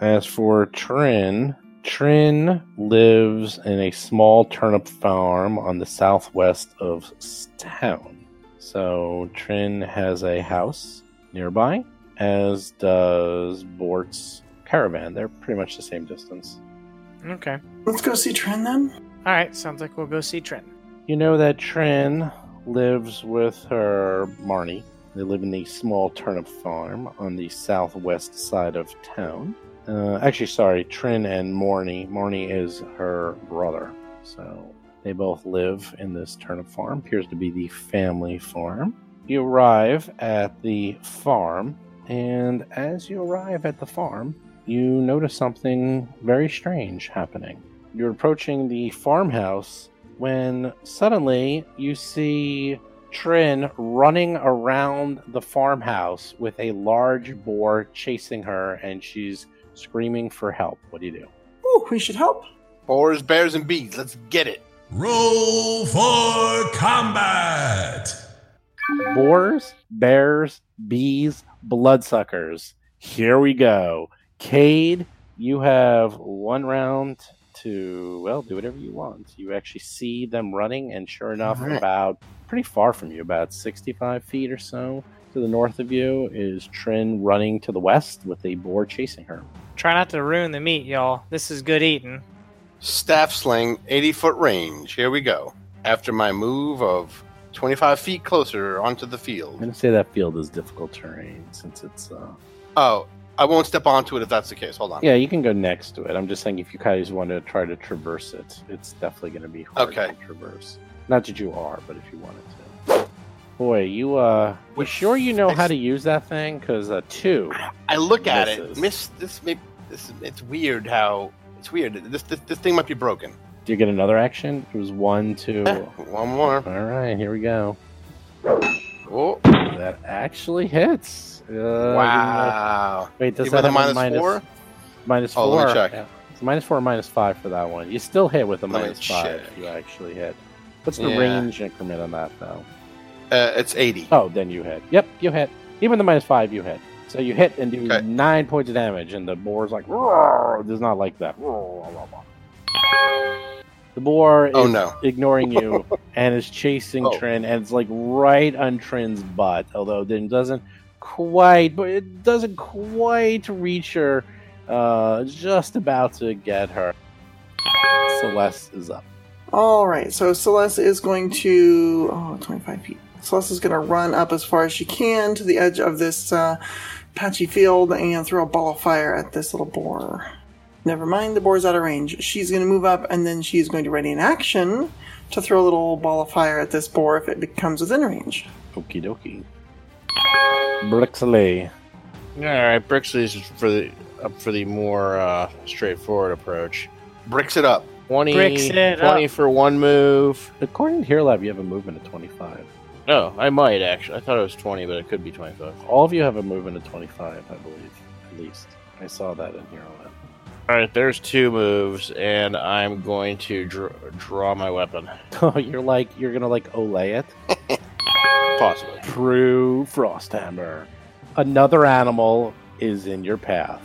[SPEAKER 4] As for Trin, Trin lives in a small turnip farm on the southwest of s- town. So Trin has a house nearby, as does Bort's caravan. They're pretty much the same distance.
[SPEAKER 2] Okay.
[SPEAKER 5] Let's go see Trin then.
[SPEAKER 2] All right. Sounds like we'll go see Trin.
[SPEAKER 4] You know that Trin lives with her Marnie. They live in a small turnip farm on the southwest side of town. Uh, actually, sorry, Trin and Marnie. Marnie is her brother. So they both live in this turnip farm. Appears to be the family farm. You arrive at the farm, and as you arrive at the farm, you notice something very strange happening. You're approaching the farmhouse when suddenly you see Trin running around the farmhouse with a large boar chasing her, and she's screaming for help. What do you do?
[SPEAKER 5] Ooh, we should help.
[SPEAKER 7] Boars, bears, and bees. Let's get it.
[SPEAKER 1] Roll for combat!
[SPEAKER 4] Boars, bears, bees, bloodsuckers. Here we go. Cade, you have one round to, well, do whatever you want. You actually see them running, and sure enough,
[SPEAKER 7] All right.
[SPEAKER 4] about pretty far from you, about 65 feet or so to the north of you, is Trin running to the west with a boar chasing her.
[SPEAKER 2] Try not to ruin the meat, y'all. This is good eating.
[SPEAKER 7] Staff sling, 80 foot range. Here we go. After my move of 25 feet closer onto the
[SPEAKER 4] I'm
[SPEAKER 7] field.
[SPEAKER 4] going to say that field is difficult terrain since it's. Uh...
[SPEAKER 7] Oh, I won't step onto it if that's the case. Hold on.
[SPEAKER 4] Yeah, you can go next to it. I'm just saying if you guys want to try to traverse it, it's definitely going to be hard
[SPEAKER 7] Okay.
[SPEAKER 4] to traverse. Not that you are, but if you wanted to. Boy, you uh, you
[SPEAKER 7] Wait,
[SPEAKER 4] sure you know how
[SPEAKER 7] ex-
[SPEAKER 4] to use that thing? Because uh, two.
[SPEAKER 7] I look at
[SPEAKER 4] Misses.
[SPEAKER 7] it. Miss this. May, this. It's weird how it's weird. This this, this thing might be broken.
[SPEAKER 4] Do you get another action? It was one, two.
[SPEAKER 7] Eh, One more.
[SPEAKER 4] All right, here we go.
[SPEAKER 7] Oh,
[SPEAKER 4] That actually hits. Uh,
[SPEAKER 7] wow.
[SPEAKER 4] Wait, does
[SPEAKER 7] Even
[SPEAKER 4] that
[SPEAKER 7] with a
[SPEAKER 4] have a
[SPEAKER 7] minus
[SPEAKER 4] minus
[SPEAKER 7] four?
[SPEAKER 4] Minus
[SPEAKER 7] Oh,
[SPEAKER 4] four.
[SPEAKER 7] let me check.
[SPEAKER 4] Yeah. It's minus four, minus five for that one. You still hit with a
[SPEAKER 7] Let me
[SPEAKER 4] minus five.
[SPEAKER 7] check.
[SPEAKER 4] You actually hit. What's the
[SPEAKER 7] Yeah.
[SPEAKER 4] range increment on that though?
[SPEAKER 7] Uh, it's eighty.
[SPEAKER 4] Oh, then you hit. Yep, you hit. Even the minus five, you hit. So you hit and do
[SPEAKER 7] Okay.
[SPEAKER 4] nine points of damage, and the boar's like, "Roar," does not like that. Roar, blah, blah, blah. The boar is
[SPEAKER 7] Oh no.
[SPEAKER 4] ignoring you and is chasing
[SPEAKER 7] Oh.
[SPEAKER 4] Trin, and it's like right on Trin's butt, although then doesn't quite, but it doesn't quite reach her. Uh, just about to get her. Celeste is up.
[SPEAKER 5] All right, so Celeste is going to oh, 25 feet. Celeste is going to run up as far as she can to the edge of this uh, patchy field and throw a ball of fire at this little boar. Never mind, the boar's out of range. She's going to move up and then she's going to ready an action to throw a little ball of fire at this boar if it becomes within range.
[SPEAKER 4] Okie dokie. Brixley.
[SPEAKER 3] All right, Brixley's is for the up for the more uh, straightforward approach.
[SPEAKER 7] Bricks it up.
[SPEAKER 3] 20,
[SPEAKER 2] Bricks it
[SPEAKER 3] 20 for one move.
[SPEAKER 4] According to Hero Lab, you have a movement of 25.
[SPEAKER 3] No, I might actually. I thought it was twenty, but it could be twenty-five.
[SPEAKER 4] All of you have a movement of 25, I believe, at least. I saw that in Hero Lab.
[SPEAKER 3] All right, there's two moves, and I'm going to dr- draw my weapon,
[SPEAKER 4] Oh, you're like, you're gonna like Olay it.
[SPEAKER 3] possibly.
[SPEAKER 4] True Frosthammer. Another animal is in your path.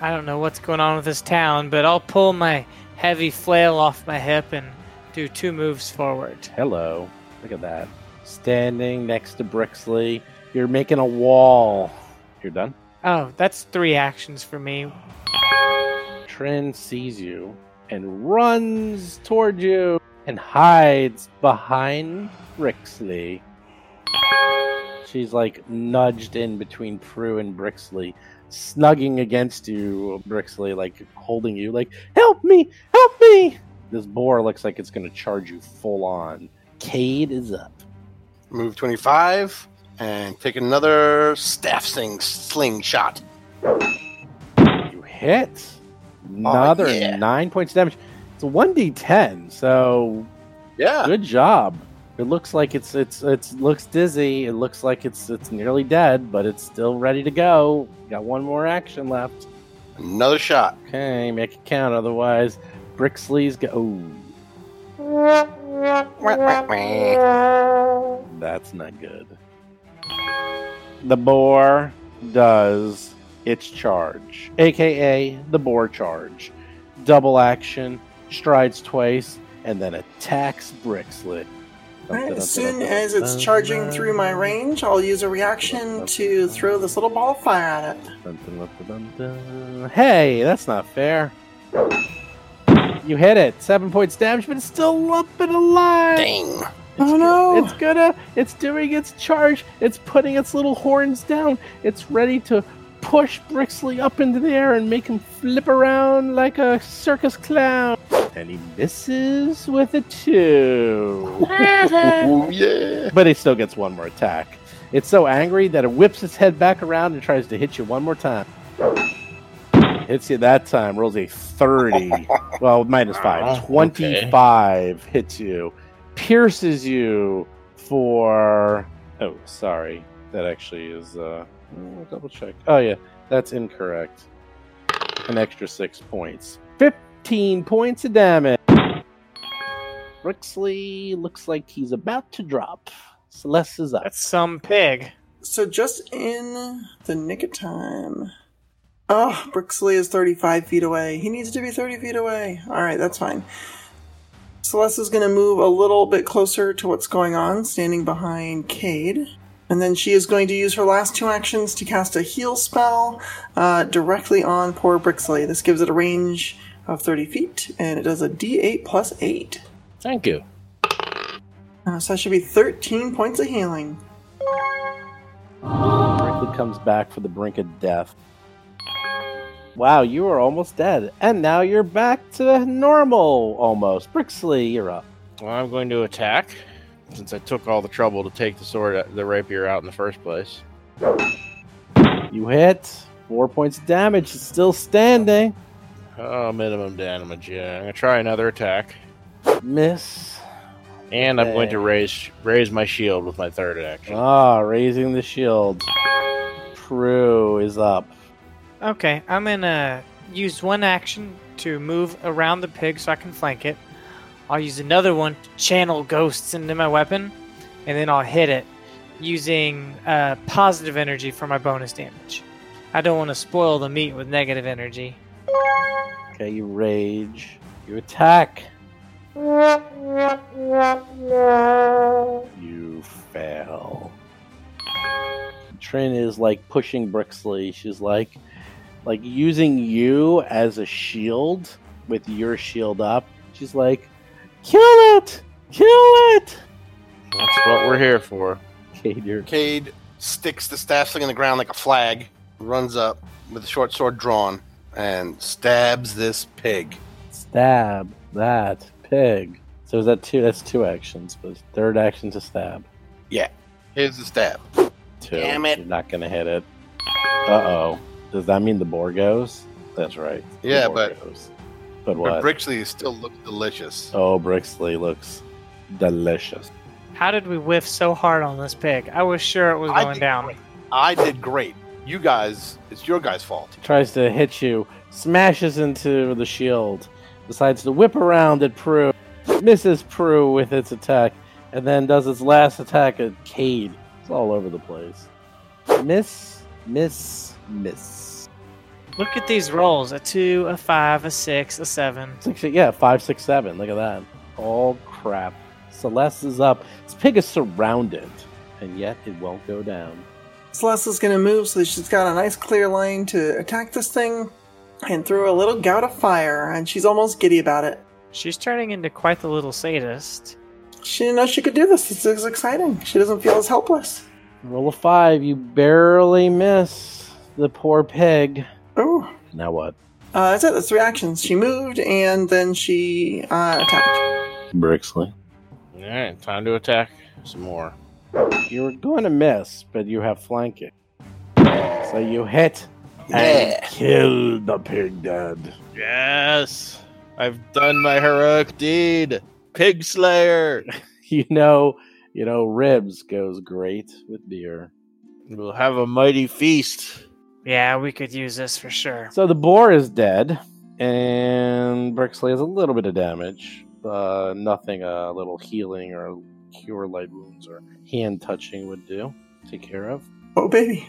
[SPEAKER 2] I don't know what's going on with this town, but I'll pull my heavy flail off my hip and do two moves forward.
[SPEAKER 4] Hello. Look at that. Standing next to Brixley. You're making a wall. You're done?
[SPEAKER 2] Oh, that's three actions for me.
[SPEAKER 4] Trin sees you and runs toward you and hides behind Brixley. She's like nudged in between Prue and Brixley, snugging against you, Brixley, like holding you, like, help me, help me. This boar looks like it's going to charge you full on. Cade is up.
[SPEAKER 7] Move 25 and take another staff sling slingshot.
[SPEAKER 4] You hit. Another
[SPEAKER 7] yeah.
[SPEAKER 4] nine points of damage. It's a 1d10, so
[SPEAKER 7] Yeah.
[SPEAKER 4] good job. It looks like it's it's it's looks dizzy. It looks like it's it's nearly dead, but it's still ready to go. Got one more action left.
[SPEAKER 7] Another shot.
[SPEAKER 4] Okay, make it count. Otherwise, Brixley's go. Oh,
[SPEAKER 7] Wah, wah, wah.
[SPEAKER 4] that's not good. The boar does its charge, aka the boar charge. Double action, strides twice, and then attacks Brixley.
[SPEAKER 5] As soon as it's charging through my range, I'll use a reaction to throw this little ball of fire at it.
[SPEAKER 4] Dun, dun, dun, dun, dun, dun. Hey, that's not fair. You hit it. Seven points damage, but it's still up and alive.
[SPEAKER 7] Dang.
[SPEAKER 4] It's
[SPEAKER 5] Oh,
[SPEAKER 4] go-
[SPEAKER 5] no.
[SPEAKER 4] It's gonna. It's doing its charge. It's putting its little horns down. It's ready to push Brixley up into the air and make him flip around like a circus clown. And he misses with a two.
[SPEAKER 7] Oh, yeah.
[SPEAKER 4] but he still gets one more attack. It's so angry that it whips its head back around and tries to hit you one more time. Hits you that time, rolls a 30. well, minus 5.
[SPEAKER 3] Ah,
[SPEAKER 4] 25 hits you, pierces you for. Oh, sorry. That actually is. Uh, I'll double check. Oh, yeah. That's incorrect. An extra 6 points. 15 points of damage. Brixley looks like he's about to drop. Celeste is up.
[SPEAKER 2] That's some pig.
[SPEAKER 5] So just in the nick of time. Oh, Brixley is 35 feet away. He needs to be 30 feet away. All right, that's fine. Celeste is going to move a little bit closer to what's going on, standing behind Cade. And then she is going to use her last two actions to cast a heal spell uh, directly on poor Brixley. This gives it a range of 30 feet, and it does a d8 plus 8.
[SPEAKER 3] Thank you.
[SPEAKER 5] Uh, so that should be 13 points of healing.
[SPEAKER 4] Brinkley comes back for the brink of death. Wow, you are almost dead. And now you're back to normal almost. Brixley, you're up.
[SPEAKER 3] Well, I'm going to attack since I took all the trouble to take the sword, uh, the rapier out in the first place.
[SPEAKER 4] You hit. Four points of damage. It's still standing.
[SPEAKER 3] Oh, minimum damage. Yeah, I'm gonna try another attack,
[SPEAKER 4] Miss.
[SPEAKER 3] and I'm going to
[SPEAKER 4] Okay.
[SPEAKER 3] raise raise my shield with my third action.
[SPEAKER 4] Ah, raising the shield. Prue is up.
[SPEAKER 2] Okay, I'm gonna use one action to move around the pig so I can flank it. I'll use another one to channel ghosts into my weapon, and then I'll hit it using uh, positive energy for my bonus damage. I don't want to spoil the meat with negative energy.
[SPEAKER 4] Okay, you rage. You attack. You fail. Trin is like pushing Brixley. She's like, like using you as a shield with your shield up. She's like, kill it, kill it.
[SPEAKER 3] That's what we're here for.
[SPEAKER 4] Cade, you're
[SPEAKER 7] Cade sticks the staff sling in the ground like a flag, runs up with the short sword drawn, and stabs this pig.
[SPEAKER 4] stab that pig. So is that two? That's two actions, but third action to stab.
[SPEAKER 7] Here's the stab.
[SPEAKER 4] Two.
[SPEAKER 7] Damn it.
[SPEAKER 4] You're not gonna hit it. Uh oh. Does that mean the boar goes? That's right. The
[SPEAKER 7] Yeah,
[SPEAKER 4] boar
[SPEAKER 7] but-
[SPEAKER 4] goes. but what?
[SPEAKER 7] But Brixley still looks delicious.
[SPEAKER 4] Oh, Brixley looks delicious.
[SPEAKER 2] How did we whiff so hard on this pig? I was sure it was
[SPEAKER 7] I
[SPEAKER 2] going
[SPEAKER 7] did
[SPEAKER 2] down.
[SPEAKER 7] great. I did great. You guys, it's your guys' fault.
[SPEAKER 4] Tries to hit you, smashes into the shield, decides to whip around at Prue, misses Prue with its attack, and then does its last attack at Cade. It's all over the place. Miss, miss, miss.
[SPEAKER 2] Look at these rolls a two, a five, a six, a seven.
[SPEAKER 4] Six, yeah, five, six, seven. Look at that. All crap. Celeste is up. This pig is surrounded, and yet it won't go down.
[SPEAKER 5] Celeste is going to move so that she's got a nice clear line to attack this thing. and threw a little gout of fire, and she's almost giddy about it.
[SPEAKER 2] She's turning into quite the little sadist.
[SPEAKER 5] She didn't know she could do this. This is exciting. She doesn't feel as helpless.
[SPEAKER 4] Roll a five. You barely miss the poor pig.
[SPEAKER 5] Ooh.
[SPEAKER 4] Now what?
[SPEAKER 5] Uh, that's it. That's three actions. She moved, and then she uh, attacked.
[SPEAKER 4] Brixley.
[SPEAKER 3] All right, time to attack some more.
[SPEAKER 4] You're going to miss, but you have flanking. So you hit and kill the pig dead.
[SPEAKER 3] Yes, I've done my heroic deed. Pig Slayer.
[SPEAKER 4] You know, you know, ribs goes great with beer.
[SPEAKER 3] We'll have a mighty feast.
[SPEAKER 2] Yeah, we could use this for sure.
[SPEAKER 4] So the boar is dead, and Brixley has a little bit of damage, but nothing a little healing or cure light wounds or hand touching would do. Take care of.
[SPEAKER 5] Oh, baby.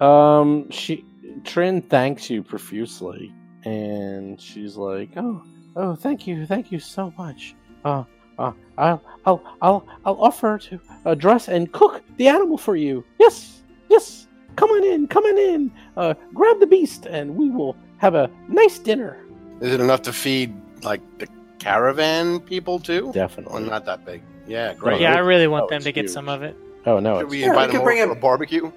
[SPEAKER 4] Um, she Trin thanks you profusely, and she's like, "Oh, oh, thank you, thank you so much. Uh, uh, I'll, I'll, I'll, I'll offer to uh, dress and cook the animal for you. Yes, yes. Come on in, come on in. Uh, grab the beast, and we will have a nice dinner.
[SPEAKER 7] Is it enough to feed like the caravan people too? Well,
[SPEAKER 4] Definitely.
[SPEAKER 7] not that big. Yeah, great.
[SPEAKER 2] yeah, I really want
[SPEAKER 7] Oh,
[SPEAKER 2] them to
[SPEAKER 7] it's
[SPEAKER 2] get
[SPEAKER 7] huge.
[SPEAKER 2] some of it.
[SPEAKER 4] Oh no,
[SPEAKER 7] Should we
[SPEAKER 4] it's-
[SPEAKER 5] Yeah, we
[SPEAKER 7] invite
[SPEAKER 5] could
[SPEAKER 7] them
[SPEAKER 5] bring
[SPEAKER 7] over for
[SPEAKER 5] it-
[SPEAKER 7] a barbecue?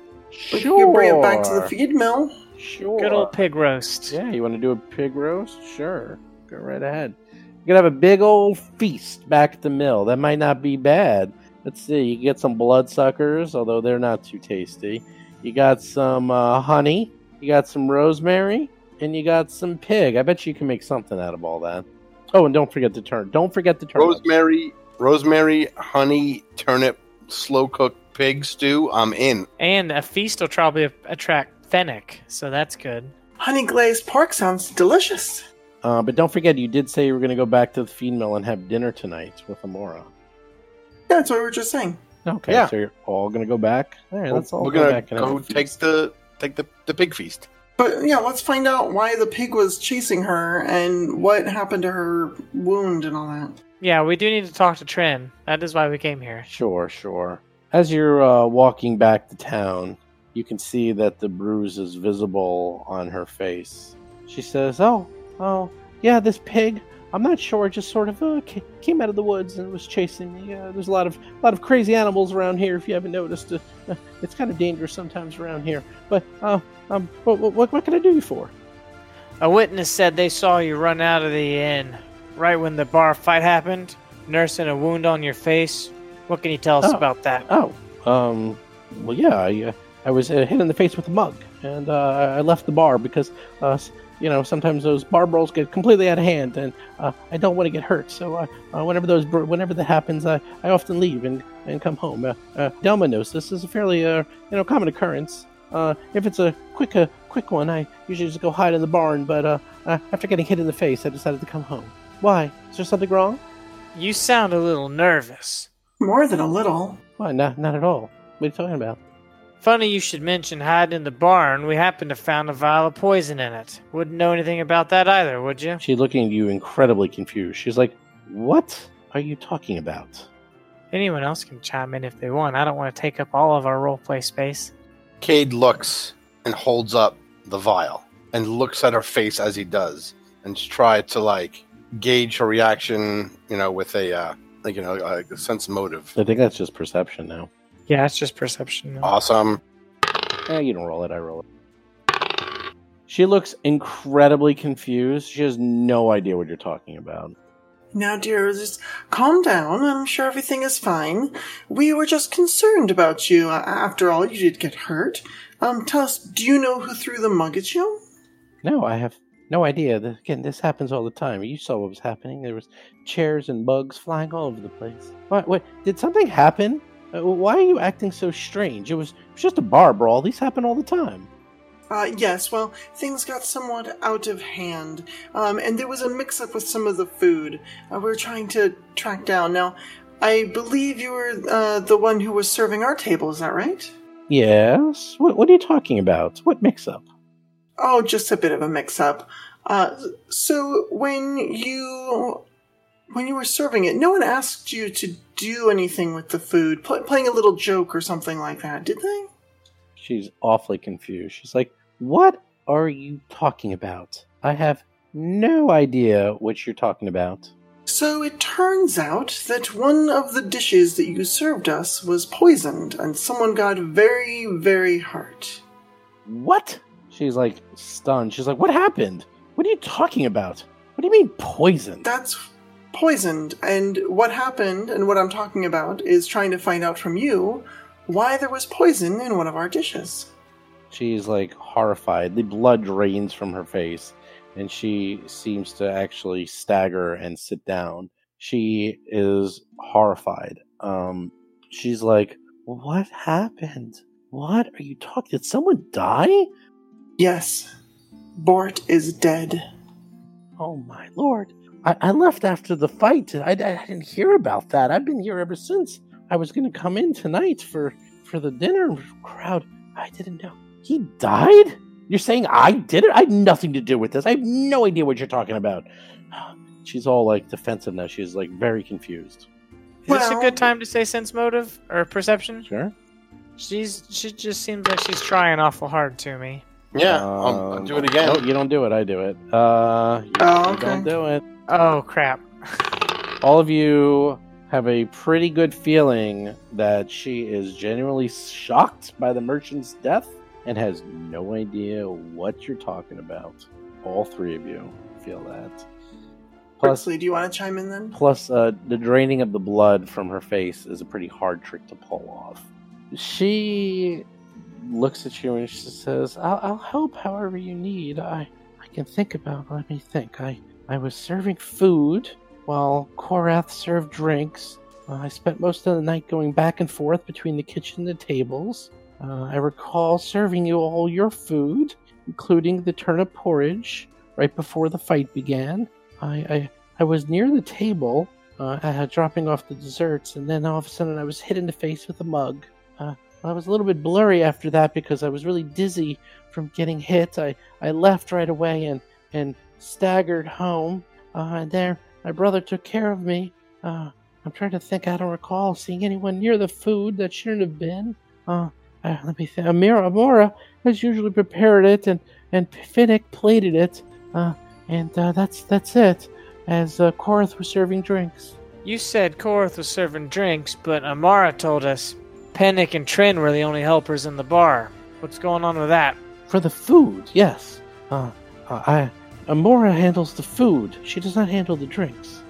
[SPEAKER 5] We can bring it back to the
[SPEAKER 4] Sure.
[SPEAKER 5] feed mill.
[SPEAKER 4] Sure.
[SPEAKER 2] Good old pig roast.
[SPEAKER 4] Yeah, you want to do a pig roast? Sure. Go right ahead. You're going to have a big old feast back at the mill. That might not be bad. Let's see. You can get some bloodsuckers, although they're not too tasty. You got some uh, honey. You got some rosemary. And you got some pig. I bet you can make something out of all that. Oh, and don't forget the turn. Don't forget the turn.
[SPEAKER 7] Rosemary, rosemary, honey, turnip, slow cooked pig stew. I'm in.
[SPEAKER 2] And a feast will probably attract fennec, so that's good.
[SPEAKER 5] Honey glazed pork sounds delicious.
[SPEAKER 4] Uh, but don't forget, you did say you were going to go back to the feed mill and have dinner tonight with Amora.
[SPEAKER 5] Yeah, that's what we were just saying.
[SPEAKER 4] Okay,
[SPEAKER 7] Yeah.
[SPEAKER 4] so you're all going to go back? All right, let's all
[SPEAKER 7] We're
[SPEAKER 4] go
[SPEAKER 7] gonna
[SPEAKER 4] back and have
[SPEAKER 7] go
[SPEAKER 4] a feast.
[SPEAKER 7] take the take the, the pig feast.
[SPEAKER 5] But yeah, let's find out why the pig was chasing her and what happened to her wound and all that.
[SPEAKER 2] Yeah, we do need to talk to Trin. That is why we came here.
[SPEAKER 4] Sure, sure. As you're uh, walking back to town, you can see that the bruise is visible on her face. She says, "Oh, oh, yeah, this pig. I'm not sure. it Just sort of uh, ca- came out of the woods and was chasing me. Uh, there's a lot of a lot of crazy animals around here. If you haven't noticed, uh, uh, it's kind of dangerous sometimes around here. But uh, um, what, what what can I do you for?
[SPEAKER 2] A witness said they saw you run out of the inn right when the bar fight happened, nursing a wound on your face. What can you tell us
[SPEAKER 4] Oh.
[SPEAKER 2] about that?
[SPEAKER 4] Oh, um, well, yeah, I, uh, I was uh, hit in the face with a mug, and uh, I left the bar because, uh, s- you know, sometimes those bar brawls get completely out of hand, and uh, I don't want to get hurt. So uh, uh, whenever those, br- whenever that happens, I, I often leave and, and come home. Uh, uh, Delma knows this is a fairly, uh, you know, common occurrence. Uh, if it's a quick, uh, quick one, I usually just go hide in the barn. But uh, uh, after getting hit in the face, I decided to come home. Why? Is there something wrong?
[SPEAKER 2] You sound a little nervous.
[SPEAKER 5] More than a little.
[SPEAKER 4] Why? Not, not at all. What are you talking about?
[SPEAKER 2] Funny you should mention hiding in the barn. We happened to found a vial of poison in it. Wouldn't know anything about that either, would you?
[SPEAKER 4] She's looking at you incredibly confused. She's like, What are you talking about?
[SPEAKER 2] Anyone else can chime in if they want. I don't want to take up all of our roleplay space.
[SPEAKER 7] Cade looks and holds up the vial and looks at her face as he does and tries to like gauge her reaction, you know, with a uh, like you know a, a sense of motive.
[SPEAKER 4] I think that's just perception now.
[SPEAKER 2] Yeah, it's just perception. now.
[SPEAKER 7] Awesome.
[SPEAKER 4] Eh, you don't roll it, I roll it. She looks incredibly confused. She has no idea what you're talking about.
[SPEAKER 5] Now, dear, just calm down. I'm sure everything is fine. We were just concerned about you. Uh, After all, you did get hurt. Um, tell us, do you know who threw the mug at you?
[SPEAKER 4] No, I have no idea. Th- Again, this happens all the time. You saw what was happening. There was chairs and bugs flying all over the place. What? What? Did something happen? Uh, Why are you acting so strange? It was, it was just a bar brawl. These happen all the time.
[SPEAKER 5] Uh, yes, well, things got somewhat out of hand, um, and there was a mix up with some of the food uh, we were trying to track down. Now, I believe you were uh, the one who was serving our table, is that right?
[SPEAKER 4] Yes. What, what are you talking about? What mix-up?
[SPEAKER 5] Oh, just a bit of a mix up. Uh, so when you when you were serving it, no one asked you to do anything with the food, pl- playing a little joke or something like that, did they?
[SPEAKER 4] She's awfully confused. She's like, "What are you talking about? I have no idea what you're talking about.
[SPEAKER 5] So it turns out that one of the dishes that you served us was poisoned, and someone got very, very hurt.
[SPEAKER 4] What? She's like stunned. She's like, What happened? What are you talking about? What do you mean poison?
[SPEAKER 5] That's poisoned, and what happened, and what I'm talking about, is trying to find out from you why there was poison in one of our dishes.
[SPEAKER 4] She's like horrified. The blood drains from her face, and she seems to actually stagger and sit down. She is horrified. Um, she's like, "What happened? What are you talking? Did someone die?
[SPEAKER 5] Yes, Bort is dead.
[SPEAKER 4] Oh my lord! I, I left after the fight. I, I didn't hear about that. I've been here ever since. I was going to come in tonight for for the dinner crowd. I didn't know he died." You're saying I did it? I had nothing to do with this. I have no idea what you're talking about. She's all like defensive now. She's like very confused.
[SPEAKER 2] Is this
[SPEAKER 5] Well-
[SPEAKER 2] a good time to say sense motive or perception?
[SPEAKER 4] Sure.
[SPEAKER 2] She's she just seems like she's trying awful hard to me.
[SPEAKER 7] Yeah, um, I'll do it again.
[SPEAKER 4] No, oh, you don't do it. I do it. Uh, you
[SPEAKER 5] Oh, okay.
[SPEAKER 4] don't do it.
[SPEAKER 2] Oh crap!
[SPEAKER 4] All of you have a pretty good feeling that she is genuinely shocked by the merchant's death and has no idea what you're talking about. All three of you feel that. Plus,
[SPEAKER 5] Huxley, do you want to chime in then?
[SPEAKER 4] Plus, uh, the draining of the blood from her face is a pretty hard trick to pull off. She looks at you and she says,
[SPEAKER 6] I'll, I'll help however you need. I, I can think about. Let me think. I, I was serving food while Korath served drinks. Uh, I spent most of the night going back and forth between the kitchen and the tables. Uh, I recall serving you all your food, including the turnip porridge, right before the fight began. I, I, I was near the table, uh, uh, dropping off the desserts, and then all of a sudden I was hit in the face with a mug. Uh, I was a little bit blurry after that because I was really dizzy from getting hit. I, I left right away and, and staggered home. Uh, and there, my brother took care of me. Uh, I'm trying to think. I don't recall seeing anyone near the food that shouldn't have been. Uh, uh, let me think. Amira, Amora has usually prepared it, and and Finnick plated it. Uh, and uh, that's that's it. As uh, Korath was serving drinks.
[SPEAKER 2] You said Korath was serving drinks, but Amara told us Panic and Trin were the only helpers in the bar. What's going on with that?
[SPEAKER 6] For the food, yes. Uh, uh, I, Amora handles the food. She does not handle the drinks.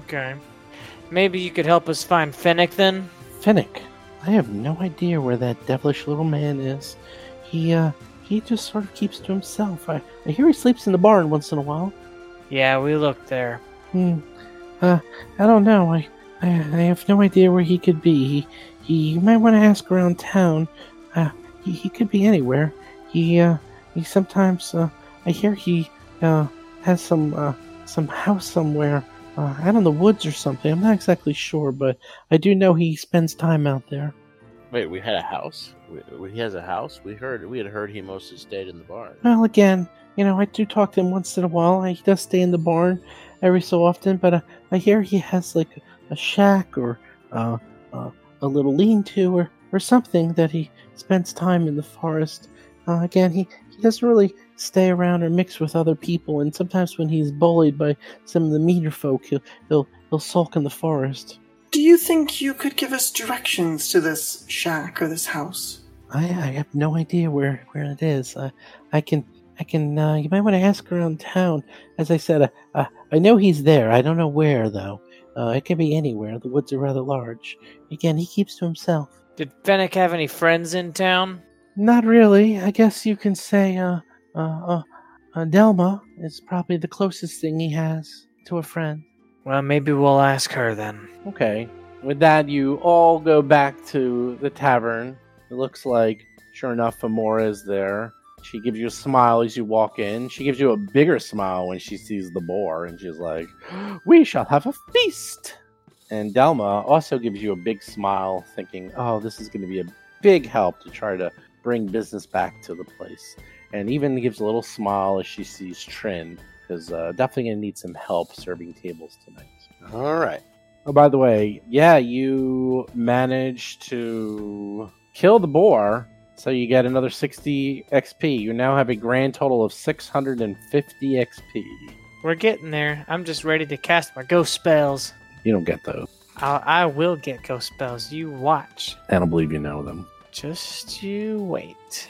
[SPEAKER 2] Okay. Maybe you could help us find Fennec then.
[SPEAKER 6] Finnick, I have no idea where that devilish little man is. He, uh, he just sort of keeps to himself. I, I hear he sleeps in the barn once in a while.
[SPEAKER 2] Yeah, we looked there.
[SPEAKER 6] Hmm. Uh, I don't know. I, I, I have no idea where he could be. He, he you might want to ask around town. Uh, he, he could be anywhere. He, uh, he sometimes, uh, I hear he, uh, has some, uh, some house somewhere, uh, out in the woods or something. I'm not exactly sure, but I do know he spends time out there.
[SPEAKER 3] Wait, we had a house. We, we- he has a house. We heard we had heard he mostly stayed in the barn.
[SPEAKER 6] Well, again, you know, I do talk to him once in a while. He does stay in the barn every so often, but uh, I hear he has like a shack or uh, uh, a little lean-to or, or something that he spends time in the forest. Uh, again, he, he doesn't really stay around or mix with other people, and sometimes when he's bullied by some of the meaner folk, he'll he'll, he'll sulk in the forest.
[SPEAKER 5] Do you think you could give us directions to this shack or this house?
[SPEAKER 6] I, I have no idea where, where it is. I, I can, I can. Uh, you might want to ask around town. As I said, uh, uh, I know he's there. I don't know where though. Uh, it could be anywhere. The woods are rather large. Again, he keeps to himself.
[SPEAKER 2] Did Fennec have any friends in town?
[SPEAKER 6] Not really. I guess you can say, uh, uh, uh, uh Delma is probably the closest thing he has to a friend.
[SPEAKER 2] Well, maybe we'll ask her then.
[SPEAKER 4] Okay. With that, you all go back to the tavern. It looks like, sure enough, Amora is there. She gives you a smile as you walk in. She gives you a bigger smile when she sees the boar, and she's like, We shall have a feast! And Delma also gives you a big smile, thinking, Oh, this is going to be a big help to try to bring business back to the place. And even gives a little smile as she sees Trin, because uh, definitely going to need some help serving tables tonight.
[SPEAKER 7] All right.
[SPEAKER 4] Oh, by the way, yeah, you managed to kill the boar So you get another 60 XP. You now have a grand total of 650 XP.
[SPEAKER 2] We're getting there. I'm just ready to cast my ghost spells.
[SPEAKER 4] You don't get those.
[SPEAKER 2] I'll, I will get ghost spells. You watch.
[SPEAKER 4] I don't believe you know them.
[SPEAKER 2] Just you wait.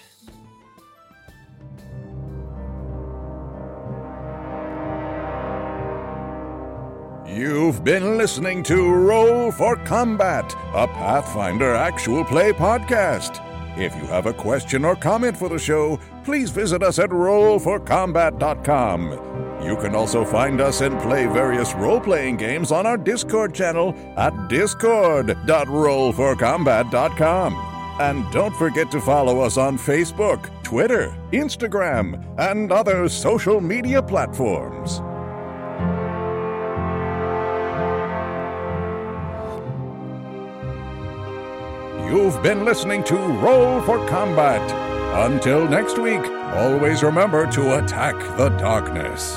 [SPEAKER 1] You've been listening to Roll for Combat, a Pathfinder actual play podcast. If you have a question or comment for the show, please visit us at rollforcombat.com. You can also find us and play various role playing games on our Discord channel at discord.rollforcombat.com. And don't forget to follow us on Facebook, Twitter, Instagram, and other social media platforms. You've been listening to Roll for Combat. Until next week, always remember to attack the darkness.